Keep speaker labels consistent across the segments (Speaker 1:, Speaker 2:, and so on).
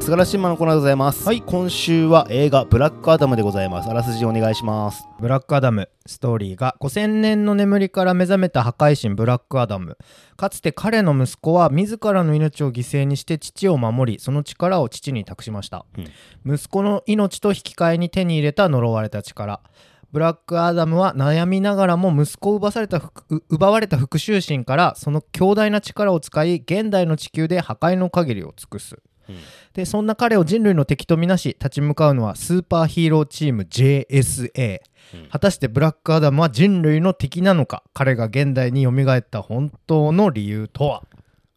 Speaker 1: すがらしいまのコーナーでございます。はい、今週は映画ブラックアダムでございます。あらすじお願いします。
Speaker 2: ブラックアダムストーリーが5000年の眠りから目覚めた破壊神ブラックアダムかつて彼の息子は自らの命を犠牲にして父を守りその力を父に託しました、息子の命と引き換えに手に入れた呪われた力ブラックアダムは悩みながらも息子を奪わされた復奪われた復讐心からその強大な力を使い現代の地球で破壊の限りを尽くすでそんな彼を人類の敵とみなし立ち向かうのはスーパーヒーローチーム JSA、
Speaker 1: うん
Speaker 2: 果たしてブラックアダムは人類の敵なのか彼が現代に蘇った本当の理由とは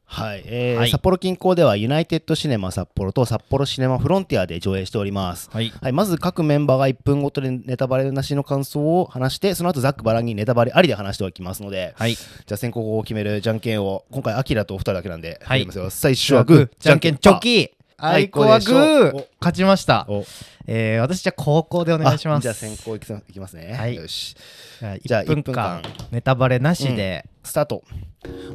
Speaker 1: はい、えー
Speaker 2: はい
Speaker 1: 札幌近郊ではユナイテッドシネマ札幌と札幌シネマフロンティアで上映しております。
Speaker 2: はい
Speaker 1: はい、まず各メンバーが1分ごとでネタバレなしの感想を話してその後ざっくばらんにネタバレありで話しておきますので、
Speaker 2: はい
Speaker 1: じゃあ先行を決めるじゃんけんを今回アキラとお二人だけなんで、
Speaker 2: はい
Speaker 1: やりますよ最初はグー
Speaker 2: じゃんけんチョキ
Speaker 1: あ
Speaker 2: アイコはグ
Speaker 1: あいこでしょ
Speaker 2: ー勝ちました
Speaker 1: お、
Speaker 2: えー私じゃあ高校で
Speaker 1: お
Speaker 2: お願いします
Speaker 1: じゃあ先行いきさいきますね、
Speaker 2: はい
Speaker 1: よし
Speaker 2: じ
Speaker 1: じゃ
Speaker 2: ゃ
Speaker 1: あ
Speaker 2: あ
Speaker 1: 1
Speaker 2: 1
Speaker 1: 分
Speaker 2: 分
Speaker 1: 間
Speaker 2: 間ネタバレなしで、
Speaker 1: スタート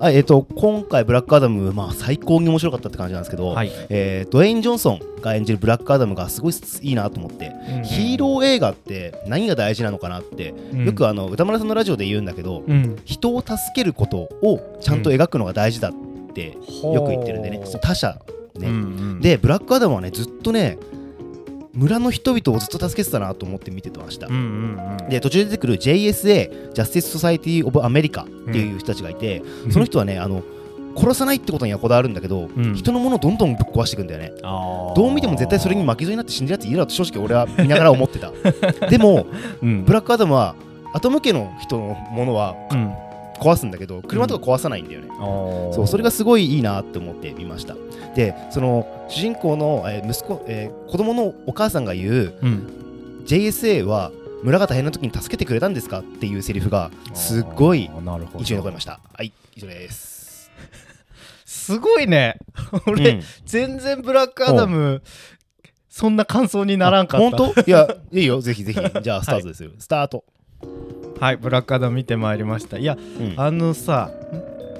Speaker 1: はいえー、と今回ブラックアダム、まあ、最高に面白かったって感じなんですけど、
Speaker 2: はい
Speaker 1: えードウェイン・ジョンソンが演じるブラックアダムがすごいいいなと思って、
Speaker 2: うん
Speaker 1: ヒーロー映画って何が大事なのかなって、
Speaker 2: うん
Speaker 1: よくあの歌丸さんのラジオで言うんだけど、
Speaker 2: うん
Speaker 1: 人を助けることをちゃんと描くのが大事だってよく言ってるんでね、
Speaker 2: ほう
Speaker 1: そう他者ね、
Speaker 2: うんうん
Speaker 1: でブラックアダムはねずっとね村の人々をずっと助けてたなと思って見てました、
Speaker 2: うんうんうん
Speaker 1: で途中で出てくる JSA ジャスティス・ソサイティ・オブ・アメリカっていう人たちがいて、
Speaker 2: うん
Speaker 1: その人はねあの殺さないってことにはこだわるんだけど、
Speaker 2: うん
Speaker 1: 人のものをどんどんぶっ壊していくんだよね
Speaker 2: あー
Speaker 1: どう見ても絶対それに負けずになって死んでるやついるなと正直俺は見ながら思 ってたでも
Speaker 2: うん
Speaker 1: ブラックアダムはアトム家の人のものは
Speaker 2: うん
Speaker 1: 壊すんだけど車とか壊さないんだよね、そうそれがすごいいいなって思って見ましたでその主人公の、えー息子、えー子供のお母さんが言う
Speaker 2: うん、
Speaker 1: JSA は村が大変な時に助けてくれたんですかっていうセリフがすごい
Speaker 2: あーなるほど
Speaker 1: 印象に残りましたはい以上です
Speaker 2: すごいね 俺、
Speaker 1: うん
Speaker 2: 全然ブラックアダムそんな感想にならんかった
Speaker 1: あ本当い やいいよぜひぜひじゃあスタートですよ、スタート、
Speaker 2: はいブラックアダム見てまいりましたいや
Speaker 1: うん
Speaker 2: あのさ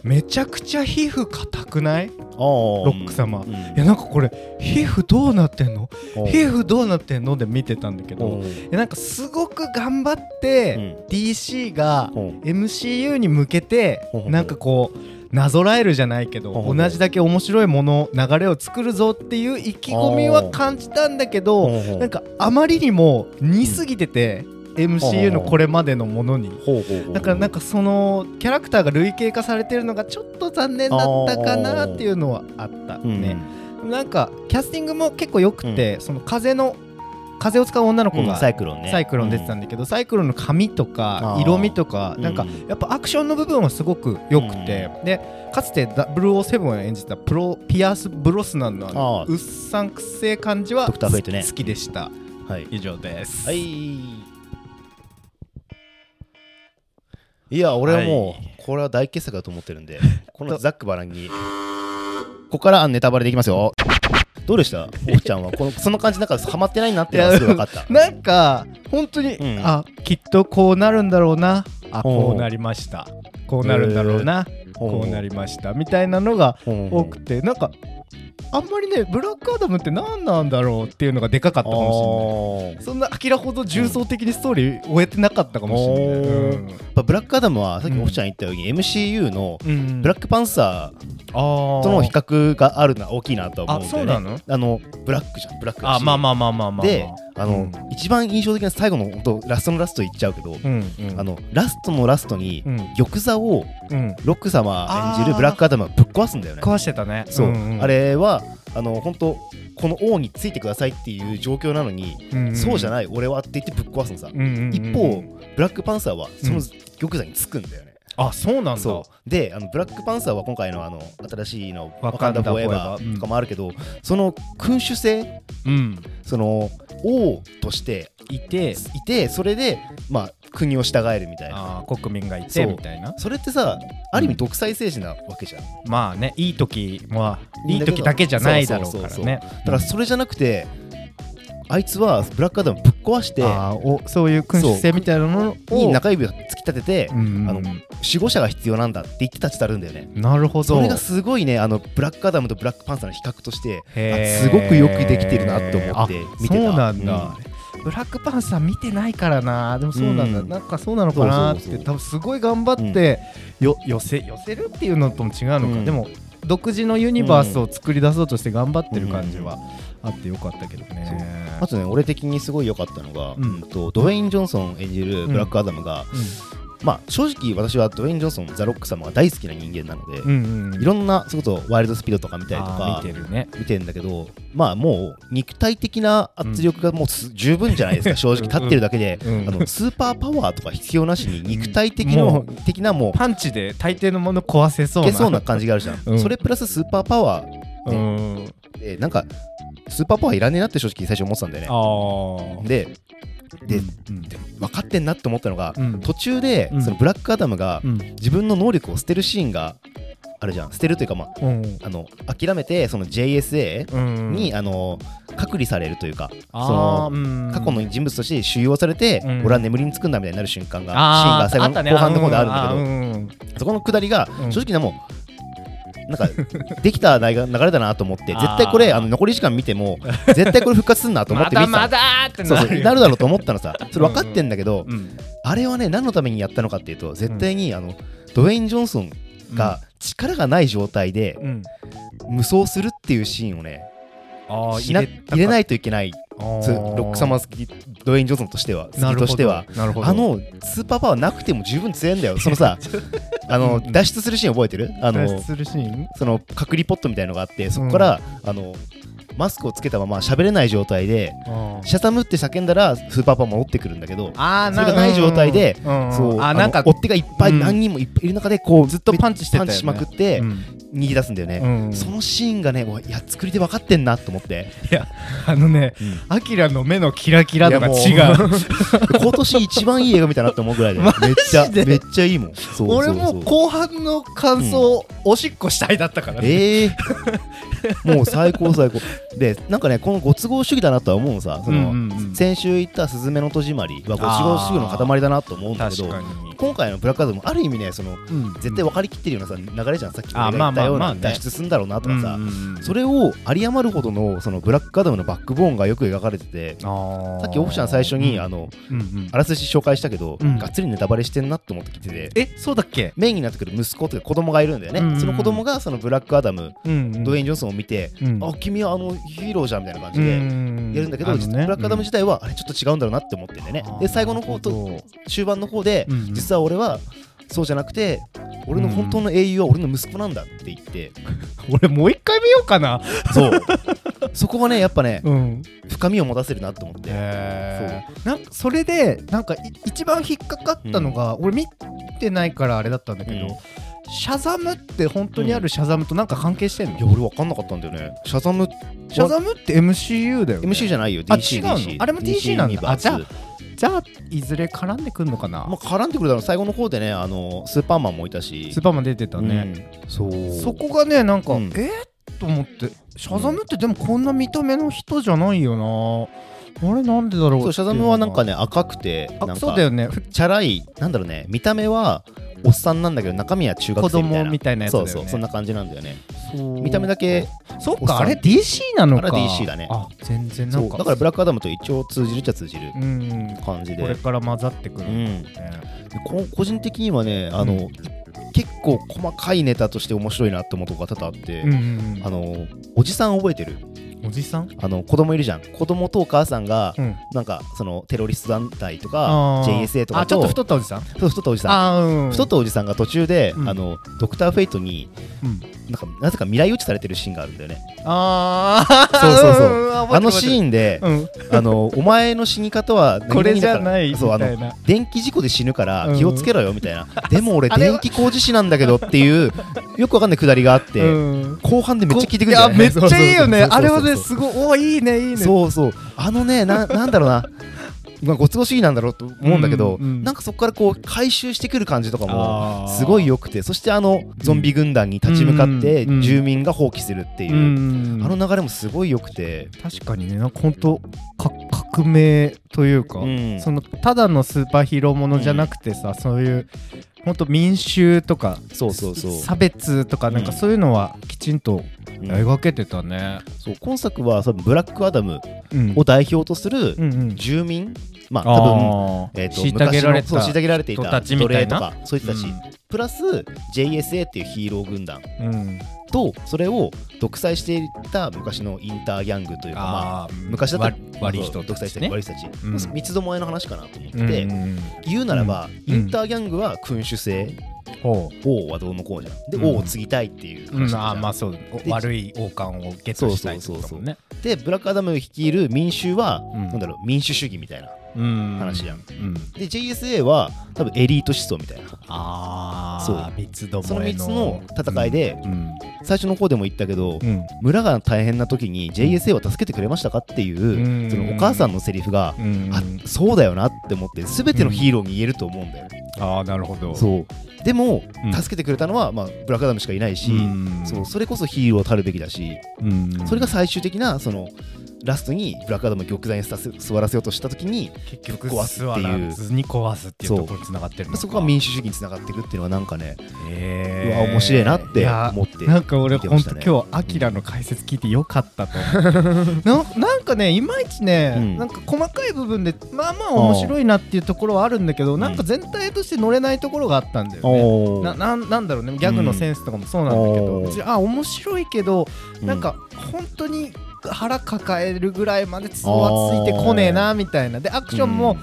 Speaker 2: めちゃくちゃ皮膚硬くない
Speaker 1: ロ
Speaker 2: ロック様
Speaker 1: うん
Speaker 2: いやなんかこれ皮膚どうなってんの
Speaker 1: おう
Speaker 2: 皮膚どうなってんので見てたんだけ
Speaker 1: お
Speaker 2: ど
Speaker 1: う
Speaker 2: いやなんかすごく頑張っ
Speaker 1: う
Speaker 2: て、
Speaker 1: ん
Speaker 2: DC が
Speaker 1: おう
Speaker 2: MCU に向けて
Speaker 1: ほうほうほう
Speaker 2: なんかこうなぞらえるじゃないけ
Speaker 1: ほうほ
Speaker 2: ど
Speaker 1: う
Speaker 2: 同じだけ面白いもの流れを作るぞっていう意気込みは感じたんだけど
Speaker 1: ほうほう
Speaker 2: なんかあまりにも似すぎてて MCU のこれまでのものに。
Speaker 1: ほうほうほう
Speaker 2: だからなんかそのキャラクターが類型化されてるのがちょっと残念だったかなっていうのはあった
Speaker 1: うん
Speaker 2: ね、なんかキャスティングも結構良くて、その風の風を使う女の子
Speaker 1: うん
Speaker 2: が
Speaker 1: サイクロンね
Speaker 2: サイクロン出てたんだけど、サイクロンの髪と
Speaker 1: あ
Speaker 2: か
Speaker 1: ー
Speaker 2: 色味とか
Speaker 1: うん
Speaker 2: なんかやっぱアクションの部分はすごく良くて、でかつて007を演じたプロピアース・ブロスナンのあの
Speaker 1: あー
Speaker 2: うっさんくせえ感じは
Speaker 1: ドクターフェイトね
Speaker 2: 好きでした
Speaker 1: うんはい
Speaker 2: 以上です
Speaker 1: はいいや俺はも
Speaker 2: は
Speaker 1: うこれは大傑作だと思ってるん でこのザックバランにここからネタバレできますよどうでしたおっちゃんはこのその感じなんかハマってないなっていうのはすぐ分かった
Speaker 2: なんか本当に、
Speaker 1: うん
Speaker 2: あきっとこうなるんだろうなあ
Speaker 1: おう
Speaker 2: こうなりましたこうなるんだろうな、こうなりましたみたいなのが多くて、なんかあんまりねブラックアダムって何なんだろうっていうのがでかかったかもしれない。
Speaker 1: も
Speaker 2: そんなアキラほど重層的にストーリー終えてなかったかもしれない。
Speaker 1: おー
Speaker 2: うん
Speaker 1: やっぱブラックアダムはさっきおっちゃん言ったように、MCU の
Speaker 2: うん
Speaker 1: ブラックパンサー
Speaker 2: あ
Speaker 1: との比較があるな大きいなとは
Speaker 2: あ、
Speaker 1: 思うんだ
Speaker 2: そ
Speaker 1: よ
Speaker 2: う
Speaker 1: ね
Speaker 2: なの
Speaker 1: あのブラックじゃんブラックだし
Speaker 2: あ、まあまあまあまあまあ。
Speaker 1: であの、
Speaker 2: うん
Speaker 1: 一番印象的な最後の本当ラストのラスト言っちゃうけど、
Speaker 2: うんうん、
Speaker 1: あのラストのラストに、
Speaker 2: うん、
Speaker 1: 玉座を
Speaker 2: うん、
Speaker 1: ロック様演じるブラックアダムがぶっ壊すんだよね
Speaker 2: 壊してたね。
Speaker 1: そう、
Speaker 2: んん
Speaker 1: あ、れはあの本当この王についてくださいっていう状況なのに、そうじゃ
Speaker 2: い。
Speaker 1: ない俺はって言ってぶっ壊すのさ、
Speaker 2: うんうんうん
Speaker 1: 一方ブラックパンサーはその玉座につくんだよね、
Speaker 2: あ、そうなんだ。
Speaker 1: そうであのブラックパンサーは今回のあの新しいの「
Speaker 2: ワ
Speaker 1: ワ
Speaker 2: カ
Speaker 1: カ
Speaker 2: ン
Speaker 1: ン
Speaker 2: ダ
Speaker 1: ダ・
Speaker 2: フ
Speaker 1: フ
Speaker 2: ォ
Speaker 1: ォー
Speaker 2: ーエ
Speaker 1: エ
Speaker 2: バー
Speaker 1: バー」とかもあるけど、その君主制
Speaker 2: うん。
Speaker 1: その王として
Speaker 2: いて、
Speaker 1: いてそれで、まあ、国を従えるみたいな
Speaker 2: あー国民がい
Speaker 1: そ
Speaker 2: て
Speaker 1: う
Speaker 2: みたいな。
Speaker 1: それってさある意味独裁政治なわけじゃんだ
Speaker 2: まあね、いい時は、
Speaker 1: けど
Speaker 2: いい時だけじゃないだろうからね。
Speaker 1: そうそうそうそうだからそれじゃなくてあいつはブラックアダムぶっ壊して
Speaker 2: あーおそういう君主制みたいなのを
Speaker 1: に中指を突き立てて、
Speaker 2: うんうんうん
Speaker 1: あの守護者が必要なんだって言ってたちあるんだよね。
Speaker 2: なるほど
Speaker 1: それがすごいねあのブラックアダムとブラックパンサーの比較としてあすごくよくできてるなと思って見てた
Speaker 2: そうなんだ、ブラックパンサー見てないからなでもそうなんだ、
Speaker 1: うん
Speaker 2: なんかそうなのかなって
Speaker 1: そうそうそう
Speaker 2: 多分すごい頑張って、よ寄せ寄せるっていうのとも違うのか、
Speaker 1: うん
Speaker 2: でも独自のユニバースを作り出そうとして頑張ってる感じはあってよかったけどね、
Speaker 1: あとね俺的にすごい良かったのが、
Speaker 2: うん
Speaker 1: うんとドウェイン・ジョンソン演じるブラックアダムが、まあ正直私はドウェイン・ジョンソンザ・ロック様が大好きな人間なので、
Speaker 2: うん、うんうん
Speaker 1: いろんなそれこそワイルドスピードとか見たりと
Speaker 2: あ
Speaker 1: か
Speaker 2: ー見てるね
Speaker 1: 見てんだけどまあもう肉体的な圧力がもうす十分じゃない ですか、正直立ってるだけで、
Speaker 2: うん
Speaker 1: あのスーパーパワーとか必要なしに肉体的
Speaker 2: も
Speaker 1: の
Speaker 2: う
Speaker 1: 的なもう
Speaker 2: パンチで大抵のもの壊せそう
Speaker 1: い
Speaker 2: な
Speaker 1: けそうな感じがあるじゃん、
Speaker 2: うん
Speaker 1: それプラススーパーパワ
Speaker 2: う
Speaker 1: ね
Speaker 2: ん
Speaker 1: ーでなんかスーパーパワーいらねえなって正直最初思ってたんだよね
Speaker 2: あー
Speaker 1: でで
Speaker 2: うん
Speaker 1: 分かってんなって思ったのが、
Speaker 2: うん
Speaker 1: 途中で、
Speaker 2: うん
Speaker 1: そのブラックアダムが
Speaker 2: うん
Speaker 1: 自分の能力を捨てるシーンがあるじゃん捨てるというかまあ
Speaker 2: うん
Speaker 1: あの諦めてその JSA
Speaker 2: うん
Speaker 1: に、あの隔離されるというかそ
Speaker 2: あ
Speaker 1: の
Speaker 2: ーうん
Speaker 1: 過去の人物として収容されて、
Speaker 2: うん
Speaker 1: 俺は眠りにつくんだみたいになる瞬間が、シーン
Speaker 2: あ
Speaker 1: が最
Speaker 2: あ
Speaker 1: 後
Speaker 2: った
Speaker 1: の、
Speaker 2: ね
Speaker 1: 後半の方であるんだけど、
Speaker 2: うん
Speaker 1: そこの下りが、
Speaker 2: うん
Speaker 1: 正直なもう なんかできた流れ流れだなと思って絶対これ
Speaker 2: あー
Speaker 1: あの残り時間見て も絶対これ復活すんなと思って見てた
Speaker 2: まだまだーって
Speaker 1: そう
Speaker 2: な
Speaker 1: そ
Speaker 2: る
Speaker 1: う
Speaker 2: よ
Speaker 1: なるだろうと思ったのさそれ分かってんだけど、
Speaker 2: うん
Speaker 1: あれはね何のためにやったのかっていうと絶対に、あのドウェイン・ジョンソンが力がない状態で
Speaker 2: うん
Speaker 1: 無双するっていうシーンをね
Speaker 2: あー
Speaker 1: しな
Speaker 2: たか
Speaker 1: 入れないといけない
Speaker 2: あー
Speaker 1: つロック様好きドウェイン・ジョンソンとしては好
Speaker 2: な
Speaker 1: き
Speaker 2: るほど
Speaker 1: としては
Speaker 2: なるほど
Speaker 1: あのスーパーパワーなくても十分強いんだよその さあの脱出するシーン覚えてるあ
Speaker 2: 脱出
Speaker 1: の
Speaker 2: するシーン
Speaker 1: その隔離ポットみたいのがあってそこから、あのマスクをつけたまま喋れない状態で
Speaker 2: あー
Speaker 1: シャタムって叫んだらスーパーパワー戻ってくるんだけど
Speaker 2: あー
Speaker 1: それがない状態で
Speaker 2: うんうん
Speaker 1: そう
Speaker 2: あ
Speaker 1: あ
Speaker 2: なん
Speaker 1: の
Speaker 2: か
Speaker 1: 追っ手がいっぱい
Speaker 2: うん
Speaker 1: 何人もいっぱいいる中でこう
Speaker 2: ずっとパンチしてた
Speaker 1: パ
Speaker 2: よね
Speaker 1: ンチしまくって
Speaker 2: うん
Speaker 1: 逃げ出すんだよね、
Speaker 2: うん
Speaker 1: そのシーンがねおいいや作りで分かってんなと思って
Speaker 2: いやあのね
Speaker 1: うん
Speaker 2: アキラの目のキラキラ度が
Speaker 1: い
Speaker 2: 違
Speaker 1: や
Speaker 2: う
Speaker 1: 今年一番いい映画見たなって思うぐらいでめ
Speaker 2: マ
Speaker 1: っちゃ
Speaker 2: で
Speaker 1: めっちゃいいもんそうそうそう
Speaker 2: 俺もう後半の感想おしっこしたいだったからね
Speaker 1: ええーもう最高最高でなんかねこのご都合主義だなとは思うのさその、
Speaker 2: うんうんうん
Speaker 1: 先週言った「すずめの戸締まり」はご都合主義の塊だなと思うんだけ
Speaker 2: 確
Speaker 1: ど
Speaker 2: かに
Speaker 1: 今回の「ブラックアダム」ある意味ねその
Speaker 2: うん
Speaker 1: 絶対分かりきってるようなさ流れじゃんさっき
Speaker 2: あ
Speaker 1: 俺が言ったよう
Speaker 2: まあまあま
Speaker 1: な
Speaker 2: あね
Speaker 1: 脱出するんだろうなとかさ
Speaker 2: うんうんうん
Speaker 1: それを有り余るほどのそのブラックアダムのバックボーンがよく描かれてて
Speaker 2: あー
Speaker 1: さっきオフちゃん最初に
Speaker 2: うん
Speaker 1: あの
Speaker 2: うんうん
Speaker 1: あらすじ紹介したけど
Speaker 2: うん
Speaker 1: がっつりネタバレしてんなと思ってきてて
Speaker 2: えそうだっけ
Speaker 1: メインになってくる息子というか子供がいるんだよね、
Speaker 2: うんうん
Speaker 1: その子供がそのブラックアダム、
Speaker 2: うん
Speaker 1: ドウェイン・ジョンソンを見て、
Speaker 2: うん
Speaker 1: あ君はあのヒーローじゃんみたいな感じでや
Speaker 2: や
Speaker 1: るんだけど、実はブラックアダム自体は、あれちょっと違うんだろうなって思ってんだよね
Speaker 2: あー
Speaker 1: で最後の方
Speaker 2: なる
Speaker 1: と
Speaker 2: ほど
Speaker 1: 終盤の方で、
Speaker 2: うんうん
Speaker 1: 実は俺はそうじゃなくて俺の本当の英雄は俺の息子なんだって言って、
Speaker 2: 俺もう一回見ようかな
Speaker 1: そう そこはねやっぱね
Speaker 2: うん
Speaker 1: 深みを持たせるなと思って、
Speaker 2: へーなんかそれでなんかい一番引っかかったのが、俺見てないからあれだったんだけど、
Speaker 1: うん
Speaker 2: シャザムって本当にあるシャザムとなんか関係してんの、
Speaker 1: いや俺分かんなかったんだよねシャザム
Speaker 2: シャザムって MCU だよ、ね、
Speaker 1: MC じゃないよ
Speaker 2: あ
Speaker 1: DC
Speaker 2: 違うの
Speaker 1: DC
Speaker 2: あれも DC なんだ
Speaker 1: ユニバース
Speaker 2: あじゃあじゃあいずれ絡んでくんのかな、
Speaker 1: まあ、絡んでくるだろう最後の方でねあのスーパーマンもいたし
Speaker 2: スーパーマン出てたね、
Speaker 1: うんそう
Speaker 2: そこがねなんか、
Speaker 1: うん
Speaker 2: えー、と思ってシャザムってでもこんな見た目の人じゃないよなあれなんでだろう
Speaker 1: そうシャザムはなんか
Speaker 2: ね
Speaker 1: ね赤くてなん
Speaker 2: あ
Speaker 1: か
Speaker 2: そうだよね
Speaker 1: チャラいなんだろうね見た目はおっさんなんだけど中身は中学
Speaker 2: 子
Speaker 1: 生みたい
Speaker 2: 供
Speaker 1: な
Speaker 2: みたいなやつ
Speaker 1: そ
Speaker 2: だよ
Speaker 1: う
Speaker 2: ね
Speaker 1: そうそんな感じなんだよね
Speaker 2: そう
Speaker 1: 見た目だけ
Speaker 2: そっ
Speaker 1: おっさ
Speaker 2: か
Speaker 1: ん
Speaker 2: あれ DC なのか
Speaker 1: あれ DC だね
Speaker 2: あ全然な
Speaker 1: そ
Speaker 2: ん
Speaker 1: う
Speaker 2: か
Speaker 1: だからブラックアダムと一応通じるっちゃ通じる
Speaker 2: うん
Speaker 1: 感じで
Speaker 2: これから混ざってく
Speaker 1: う
Speaker 2: るんだね
Speaker 1: んでこ個人的にはねあの、
Speaker 2: うん
Speaker 1: い結構細かいネタとして面白いなって思うとこが多々あって、
Speaker 2: うんうん
Speaker 1: あのおじさん覚えてる
Speaker 2: おじさん
Speaker 1: あの子供いるじゃん子供とお母さんが、
Speaker 2: うん
Speaker 1: なんかそのテロリスト団体と
Speaker 2: あ
Speaker 1: か
Speaker 2: ー
Speaker 1: JSA とか
Speaker 2: あちょっと太
Speaker 1: っ
Speaker 2: ったおじさん
Speaker 1: そう太ったおじさん
Speaker 2: あーうん
Speaker 1: 太ったおじさんが途中で、
Speaker 2: うん
Speaker 1: あのドクター・フェイトに
Speaker 2: うん
Speaker 1: なんかなぜか未来予知されてるシーンがあるんだよね
Speaker 2: ああ
Speaker 1: そうそう そうあ
Speaker 2: あ
Speaker 1: のシー
Speaker 2: ン
Speaker 1: ンで、
Speaker 2: うん
Speaker 1: あのお前の死に方は何々だから
Speaker 2: これじゃないみ
Speaker 1: そう
Speaker 2: た
Speaker 1: あ
Speaker 2: い
Speaker 1: の
Speaker 2: な
Speaker 1: 電気事故で死ぬから気をつけろよみたい な、でも俺
Speaker 2: あれは
Speaker 1: 電気工事士なんだけどっていうよくわかんないくだりがあって、
Speaker 2: うん
Speaker 1: 後半でめっちゃ聞いてくる
Speaker 2: い
Speaker 1: じゃ
Speaker 2: や
Speaker 1: ん
Speaker 2: めっちゃいいよね
Speaker 1: そうそうそうそう
Speaker 2: あれはねすごいおーいいねいいね
Speaker 1: そうそうあのね ななんだろうなまあご都合主義なんだろうと思うんだけど、
Speaker 2: うんうん
Speaker 1: なんかそこからこう回収してくる感じとかも
Speaker 2: あー
Speaker 1: すごい良くてそしてあのゾンビ軍団に立ち向かって
Speaker 2: うんうん
Speaker 1: 住民が放棄するっていうう、
Speaker 2: ん
Speaker 1: あの流れもすごい良くて、
Speaker 2: 確かにねなんか本当か革命というか
Speaker 1: うん
Speaker 2: そのただのスーパーヒーローものじゃなくてさ、そういう本当民衆とか
Speaker 1: そうそうそう
Speaker 2: 差別とかなんかそういうのはきちんと
Speaker 1: うん
Speaker 2: 描けてたね。
Speaker 1: そう今作はそのブラックアダム
Speaker 2: うん
Speaker 1: を代表とする
Speaker 2: うんうん
Speaker 1: 住民、まあ多分
Speaker 2: あー
Speaker 1: えーと
Speaker 2: 虐げられ
Speaker 1: 昔のそう
Speaker 2: た
Speaker 1: 虐げられてい
Speaker 2: 人
Speaker 1: た
Speaker 2: たちみたいな
Speaker 1: 奴隷とかそういったち、プラス JSA っていうヒーロー軍団
Speaker 2: うんうん
Speaker 1: とそれを独裁していた昔のインターギャングというかまあ
Speaker 2: あー
Speaker 1: 昔だったら
Speaker 2: わ悪い人
Speaker 1: 独裁
Speaker 2: た
Speaker 1: し
Speaker 2: ち
Speaker 1: て
Speaker 2: ね
Speaker 1: る悪い人たち、
Speaker 2: うん
Speaker 1: 三つどもえの話かなと思って
Speaker 2: うんうん
Speaker 1: て、
Speaker 2: うん
Speaker 1: 言うならば、
Speaker 2: うん
Speaker 1: インターギャングは君主制
Speaker 2: ほ
Speaker 1: 王はどうのこうじゃんで、
Speaker 2: うん
Speaker 1: 王を継ぎたいっていう
Speaker 2: うう
Speaker 1: 話
Speaker 2: ん
Speaker 1: じ
Speaker 2: あ
Speaker 1: ゃ
Speaker 2: ー
Speaker 1: ん、
Speaker 2: まあそうお
Speaker 1: で
Speaker 2: 悪い王冠をゲットしたいってことだもんね。
Speaker 1: でブラックアダム率いる民衆は、
Speaker 2: うん
Speaker 1: なんだろう民主主義みたいな
Speaker 2: うん
Speaker 1: 話じゃん、
Speaker 2: うん
Speaker 1: で JSA は多分エリート思想みたいな
Speaker 2: ああ
Speaker 1: そう
Speaker 2: 三つど
Speaker 1: そ
Speaker 2: も
Speaker 1: の
Speaker 2: え
Speaker 1: 3つの戦いで、
Speaker 2: うん
Speaker 1: 最初の方でも言ったけど、
Speaker 2: うん
Speaker 1: 村が大変な時に JSA は助けてくれましたかっていう、
Speaker 2: うん
Speaker 1: そのお母さんのセリフが、
Speaker 2: うん
Speaker 1: あそうだよなって思って全てのヒーローに言えると思うんだよ、
Speaker 2: ああなるほど
Speaker 1: そうでも、
Speaker 2: うん
Speaker 1: 助けてくれたのは、まあ、ブラックアダムしかいないし、
Speaker 2: うん
Speaker 1: そうそれこそヒーローたるべきだし、
Speaker 2: うん
Speaker 1: それが最終的なそのラストにブラックアダムを玉座にさせ座らせようとした時に
Speaker 2: 結局
Speaker 1: 壊すっていう
Speaker 2: 座らずに壊すっていう
Speaker 1: そう
Speaker 2: ところにつながってるのか
Speaker 1: そこが民主主義につながっていくっていうのはなんかね、
Speaker 2: へー
Speaker 1: うわ面白いなって思って
Speaker 2: いやなんか俺
Speaker 1: 見てま
Speaker 2: 本
Speaker 1: した
Speaker 2: 当
Speaker 1: ね
Speaker 2: 今日アキラの解説聞いてよかったと思うななんかねいまいちね、
Speaker 1: うん
Speaker 2: なんか細かい部分でまあまあ面白いなっていうところはあるんだけどなんか全体として乗れないところがあったんだよね
Speaker 1: お
Speaker 2: ななんなんだろうねギャグのセンスとかもそうなんだけど、
Speaker 1: うん
Speaker 2: 別にあ面白いけど、なんか本当に腹抱えるぐらいまでつはついてこねえなみたいなでアクションも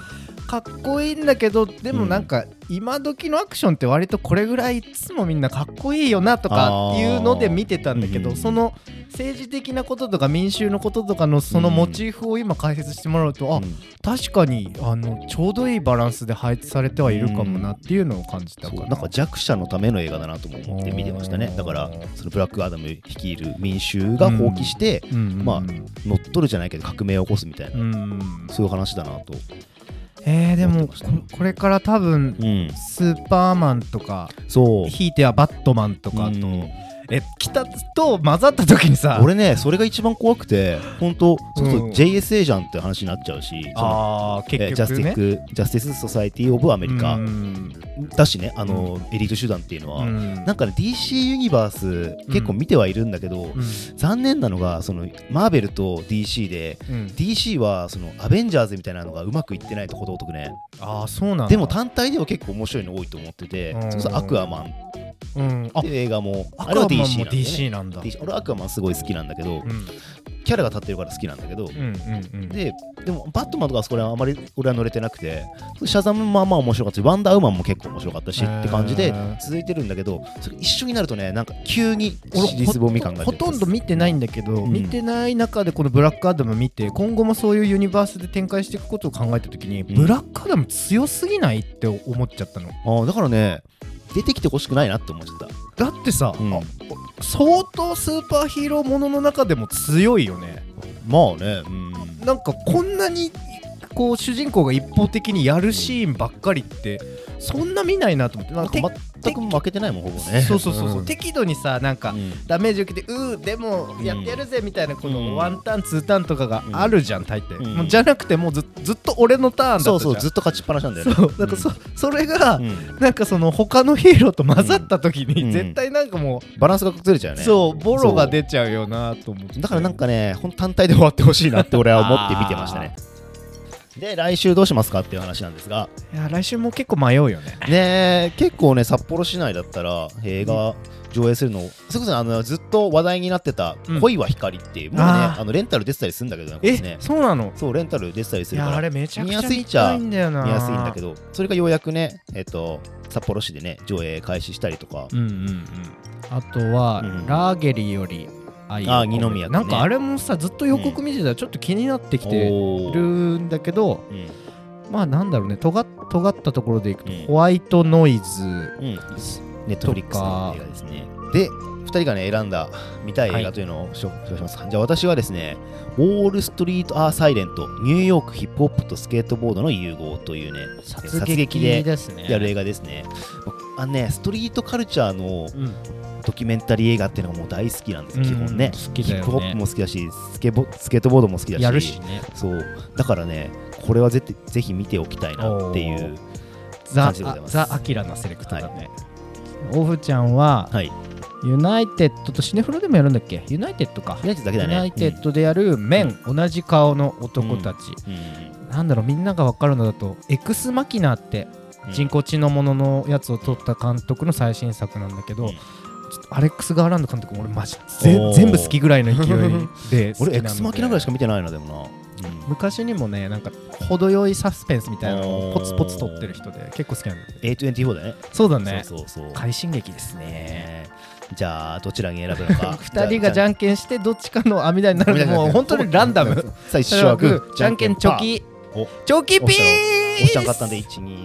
Speaker 2: かっこいいんだけどでもなんか今時のアクションって割とこれぐらいいつもみんなかっこいいよなとかっていうので見てたんだけ
Speaker 1: あーうんう
Speaker 2: ど
Speaker 1: ん
Speaker 2: その政治的なこととか民衆のこととかのそのモチーフを今解説してもらうとあ
Speaker 1: うん
Speaker 2: 確かにあのちょうどいいバランスで配置されてはいるかもなっていうのを感じた
Speaker 1: そう
Speaker 2: か
Speaker 1: なんか弱者のための映画だなとも思って見てましたね
Speaker 2: おー
Speaker 1: だからそのブラックアダム率いる民衆が放棄して、まあ乗っ取るじゃないけど革命を起こすみたいな、
Speaker 2: うん
Speaker 1: そういう話だなと、
Speaker 2: えー、で
Speaker 1: 思って
Speaker 2: も
Speaker 1: ま
Speaker 2: こ
Speaker 1: したね
Speaker 2: これから多分
Speaker 1: うん、
Speaker 2: スーパーマンとか
Speaker 1: そう
Speaker 2: ひいてはバットマンとかと、
Speaker 1: うん
Speaker 2: え来たと混ざった時にさ
Speaker 1: 俺ねそれが一番怖くて本当そうそう
Speaker 2: うん
Speaker 1: JSA じゃんって話になっちゃうしその
Speaker 2: あー
Speaker 1: えー
Speaker 2: 結
Speaker 1: ジャスティ
Speaker 2: 局
Speaker 1: ッ
Speaker 2: ね
Speaker 1: ク・ジャスティス・ソサイティ・オブ・アメリカ
Speaker 2: うん
Speaker 1: だしね、あのエリート集団っていうのは、
Speaker 2: うん
Speaker 1: なんかね、DC ユニバース、結構見てはいるんだけど、
Speaker 2: うん
Speaker 1: 残念なのが、そのマーベルと DC で、
Speaker 2: うん
Speaker 1: DC はそのアベンジャーズみたいなのがうまくいってないとほどおくね、
Speaker 2: ああそうなんだ
Speaker 1: でも単体では結構面白いの多いと思ってて、
Speaker 2: うん
Speaker 1: それこそアクアマンっ
Speaker 2: うんあ
Speaker 1: ていう映画も、
Speaker 2: ア
Speaker 1: あ
Speaker 2: ク
Speaker 1: れは
Speaker 2: アマンも
Speaker 1: DC なんだよね
Speaker 2: DC な
Speaker 1: DC
Speaker 2: んだ
Speaker 1: 俺、アクアマンすごい好きなんだけど
Speaker 2: う、ん
Speaker 1: キャラが立ってるから好きなんだけど、
Speaker 2: うんうんうん
Speaker 1: ででも、バットマンとかはそこら辺あまり俺は乗れてなくて、シャザムもまあまあ面白かったし、ワンダーウーマンも結構面白かったし
Speaker 2: へー
Speaker 1: って感じで続いてるんだけど、それ一緒になるとね、なんか急に
Speaker 2: 俺
Speaker 1: 尻すぼみ感が
Speaker 2: ほ
Speaker 1: 出
Speaker 2: と
Speaker 1: て
Speaker 2: ほとんど見てないんだけど、
Speaker 1: うん
Speaker 2: 見てない中でこの「ブラックアダム」見て今後もそういうユニバースで展開していくことを考えた時に、
Speaker 1: ん
Speaker 2: ブラックアダム強すぎないって思っちゃったの
Speaker 1: あーだからね、出てきてほしくないなって思ってた。
Speaker 2: だってさ、
Speaker 1: うん
Speaker 2: あ相当スーパーヒーローものの中でも強いよね
Speaker 1: まあね、うん
Speaker 2: なんかこんなにこう主人公が一方的にやるシーンばっかりってそんな見ないなと思って
Speaker 1: なんか全く負けてないもん、ほぼね。
Speaker 2: そうそうそうそう、
Speaker 1: ん
Speaker 2: 適度にさなんか、
Speaker 1: うん
Speaker 2: ダメージ受けてうーでもやってやるぜみたいなこ
Speaker 1: うん
Speaker 2: のワンターンツーターンとかがあるじゃん大抵、
Speaker 1: ん
Speaker 2: もうじゃなくてもうずずっと俺のターンだったじゃ
Speaker 1: そ
Speaker 2: ん
Speaker 1: うそう、ずっと勝ちっぱなしなんだよね。
Speaker 2: そうなんかそ,、それが、
Speaker 1: うん
Speaker 2: なんかその他のヒーローと混ざった時
Speaker 1: うん
Speaker 2: に絶対なんかも
Speaker 1: バランスが崩れちゃう
Speaker 2: う、
Speaker 1: よね。
Speaker 2: そうボロが出ちゃうよなと思って
Speaker 1: だからなんかね、ほんと単体で終わってほしいなって俺は思って見てました ね。で、来週どうしますかっていう話なんですが、
Speaker 2: いや来週も結構迷うよね
Speaker 1: ねえ結構ね、札幌市内だったら映画上映するの、それこそあのずっと話題になってた
Speaker 2: うん
Speaker 1: 恋は光っていう、もうね、
Speaker 2: あ
Speaker 1: あ
Speaker 2: ー
Speaker 1: のレンタル出てたりするんだけどね、これ
Speaker 2: え、
Speaker 1: ね。
Speaker 2: そうなの
Speaker 1: そう、レンタル出てたりす
Speaker 2: い
Speaker 1: るか
Speaker 2: や
Speaker 1: ら
Speaker 2: あれめちゃくちゃ
Speaker 1: 見やすい
Speaker 2: 見
Speaker 1: っちゃ
Speaker 2: たいんだよな
Speaker 1: 見やすいんだけど、それがようやくね、えっと、札幌市でね、上映開始したりとか、
Speaker 2: うんうんうんあとは、
Speaker 1: うん
Speaker 2: ラーゲリより愛を込め
Speaker 1: あー二宮君ね
Speaker 2: なんかあれもさずっと予告見てたらちょっと気になってきて、
Speaker 1: お
Speaker 2: る
Speaker 1: ー
Speaker 2: んだけど
Speaker 1: うん
Speaker 2: まあなんだろうね尖っ尖ったところでいくと、
Speaker 1: うん
Speaker 2: ホワイトノイズ
Speaker 1: うん、ネットフリックスの映画ですね。で、2人がね、選んだ見たい映画というのを紹紹介します。じゃあ、私はですね、ウォール・ストリート・アー・サイレント、ニューヨーク・ヒップホップとスケートボードの融合というね、殺撃で
Speaker 2: ですね
Speaker 1: やる映画ですね。あのね、ストリートカルチャーの
Speaker 2: うん、
Speaker 1: ドキュメンタリー映画っていうのがもう大好きなんです、基本ね。
Speaker 2: 好き
Speaker 1: ヒ
Speaker 2: だ
Speaker 1: ッ
Speaker 2: よ
Speaker 1: プホップ
Speaker 2: ね
Speaker 1: も好きだし、スケボスケートボードも好きだし、
Speaker 2: やるしね
Speaker 1: そうだからね、これはぜぜひ見ておきたいなってい
Speaker 2: お
Speaker 1: う
Speaker 2: ーザ・
Speaker 1: 感じでございます
Speaker 2: ザ・アキラのセレクトだね、オフちゃんは
Speaker 1: はい
Speaker 2: ユナイテッドとシネフロでもやるんだっけユナイテッドか
Speaker 1: ユナイテッドだけだ
Speaker 2: ユ
Speaker 1: ね
Speaker 2: ナイテッドでやる面、同じ顔の男たち、
Speaker 1: うん
Speaker 2: なんだろうみんなが分かるのだとエクスマキナって
Speaker 1: うん
Speaker 2: 人工知能もののやつを撮った監督の最新作なんだけど、
Speaker 1: うん
Speaker 2: ちょっとアレックス・ガーランド監督俺マジぜ
Speaker 1: おー
Speaker 2: 全部好きぐらいの勢いで好き
Speaker 1: 俺
Speaker 2: な
Speaker 1: エ
Speaker 2: ん
Speaker 1: ク
Speaker 2: で
Speaker 1: スマキナぐらいしか見てないなでもな、うん
Speaker 2: 昔にもねなんか程よいサスペンスみたいなのをポツポツ撮ってる人で結構好きなんだよ
Speaker 1: A24 だね
Speaker 2: そうだね
Speaker 1: そうそうそう
Speaker 2: 快進撃ですね
Speaker 1: ねえじゃあどちらに選ぶの か
Speaker 2: 2人がじゃ
Speaker 1: ん
Speaker 2: んけんしてどっちかの網台になるもう本当にランダム
Speaker 1: 最初はグー
Speaker 2: じゃんけんチョキ
Speaker 1: パーお
Speaker 2: チョキピー
Speaker 1: 押しちゃん勝ったんで123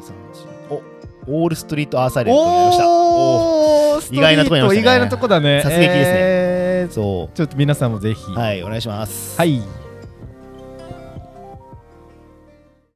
Speaker 1: おオールストリートアーサイレントになりましたお
Speaker 2: おーストリー
Speaker 1: 意外なとこにいましたね
Speaker 2: 意外なとこだね
Speaker 1: 殺撃ですね
Speaker 2: えー
Speaker 1: そ
Speaker 2: ちょっと皆さんもぜひ
Speaker 1: うはいお願いします
Speaker 2: はい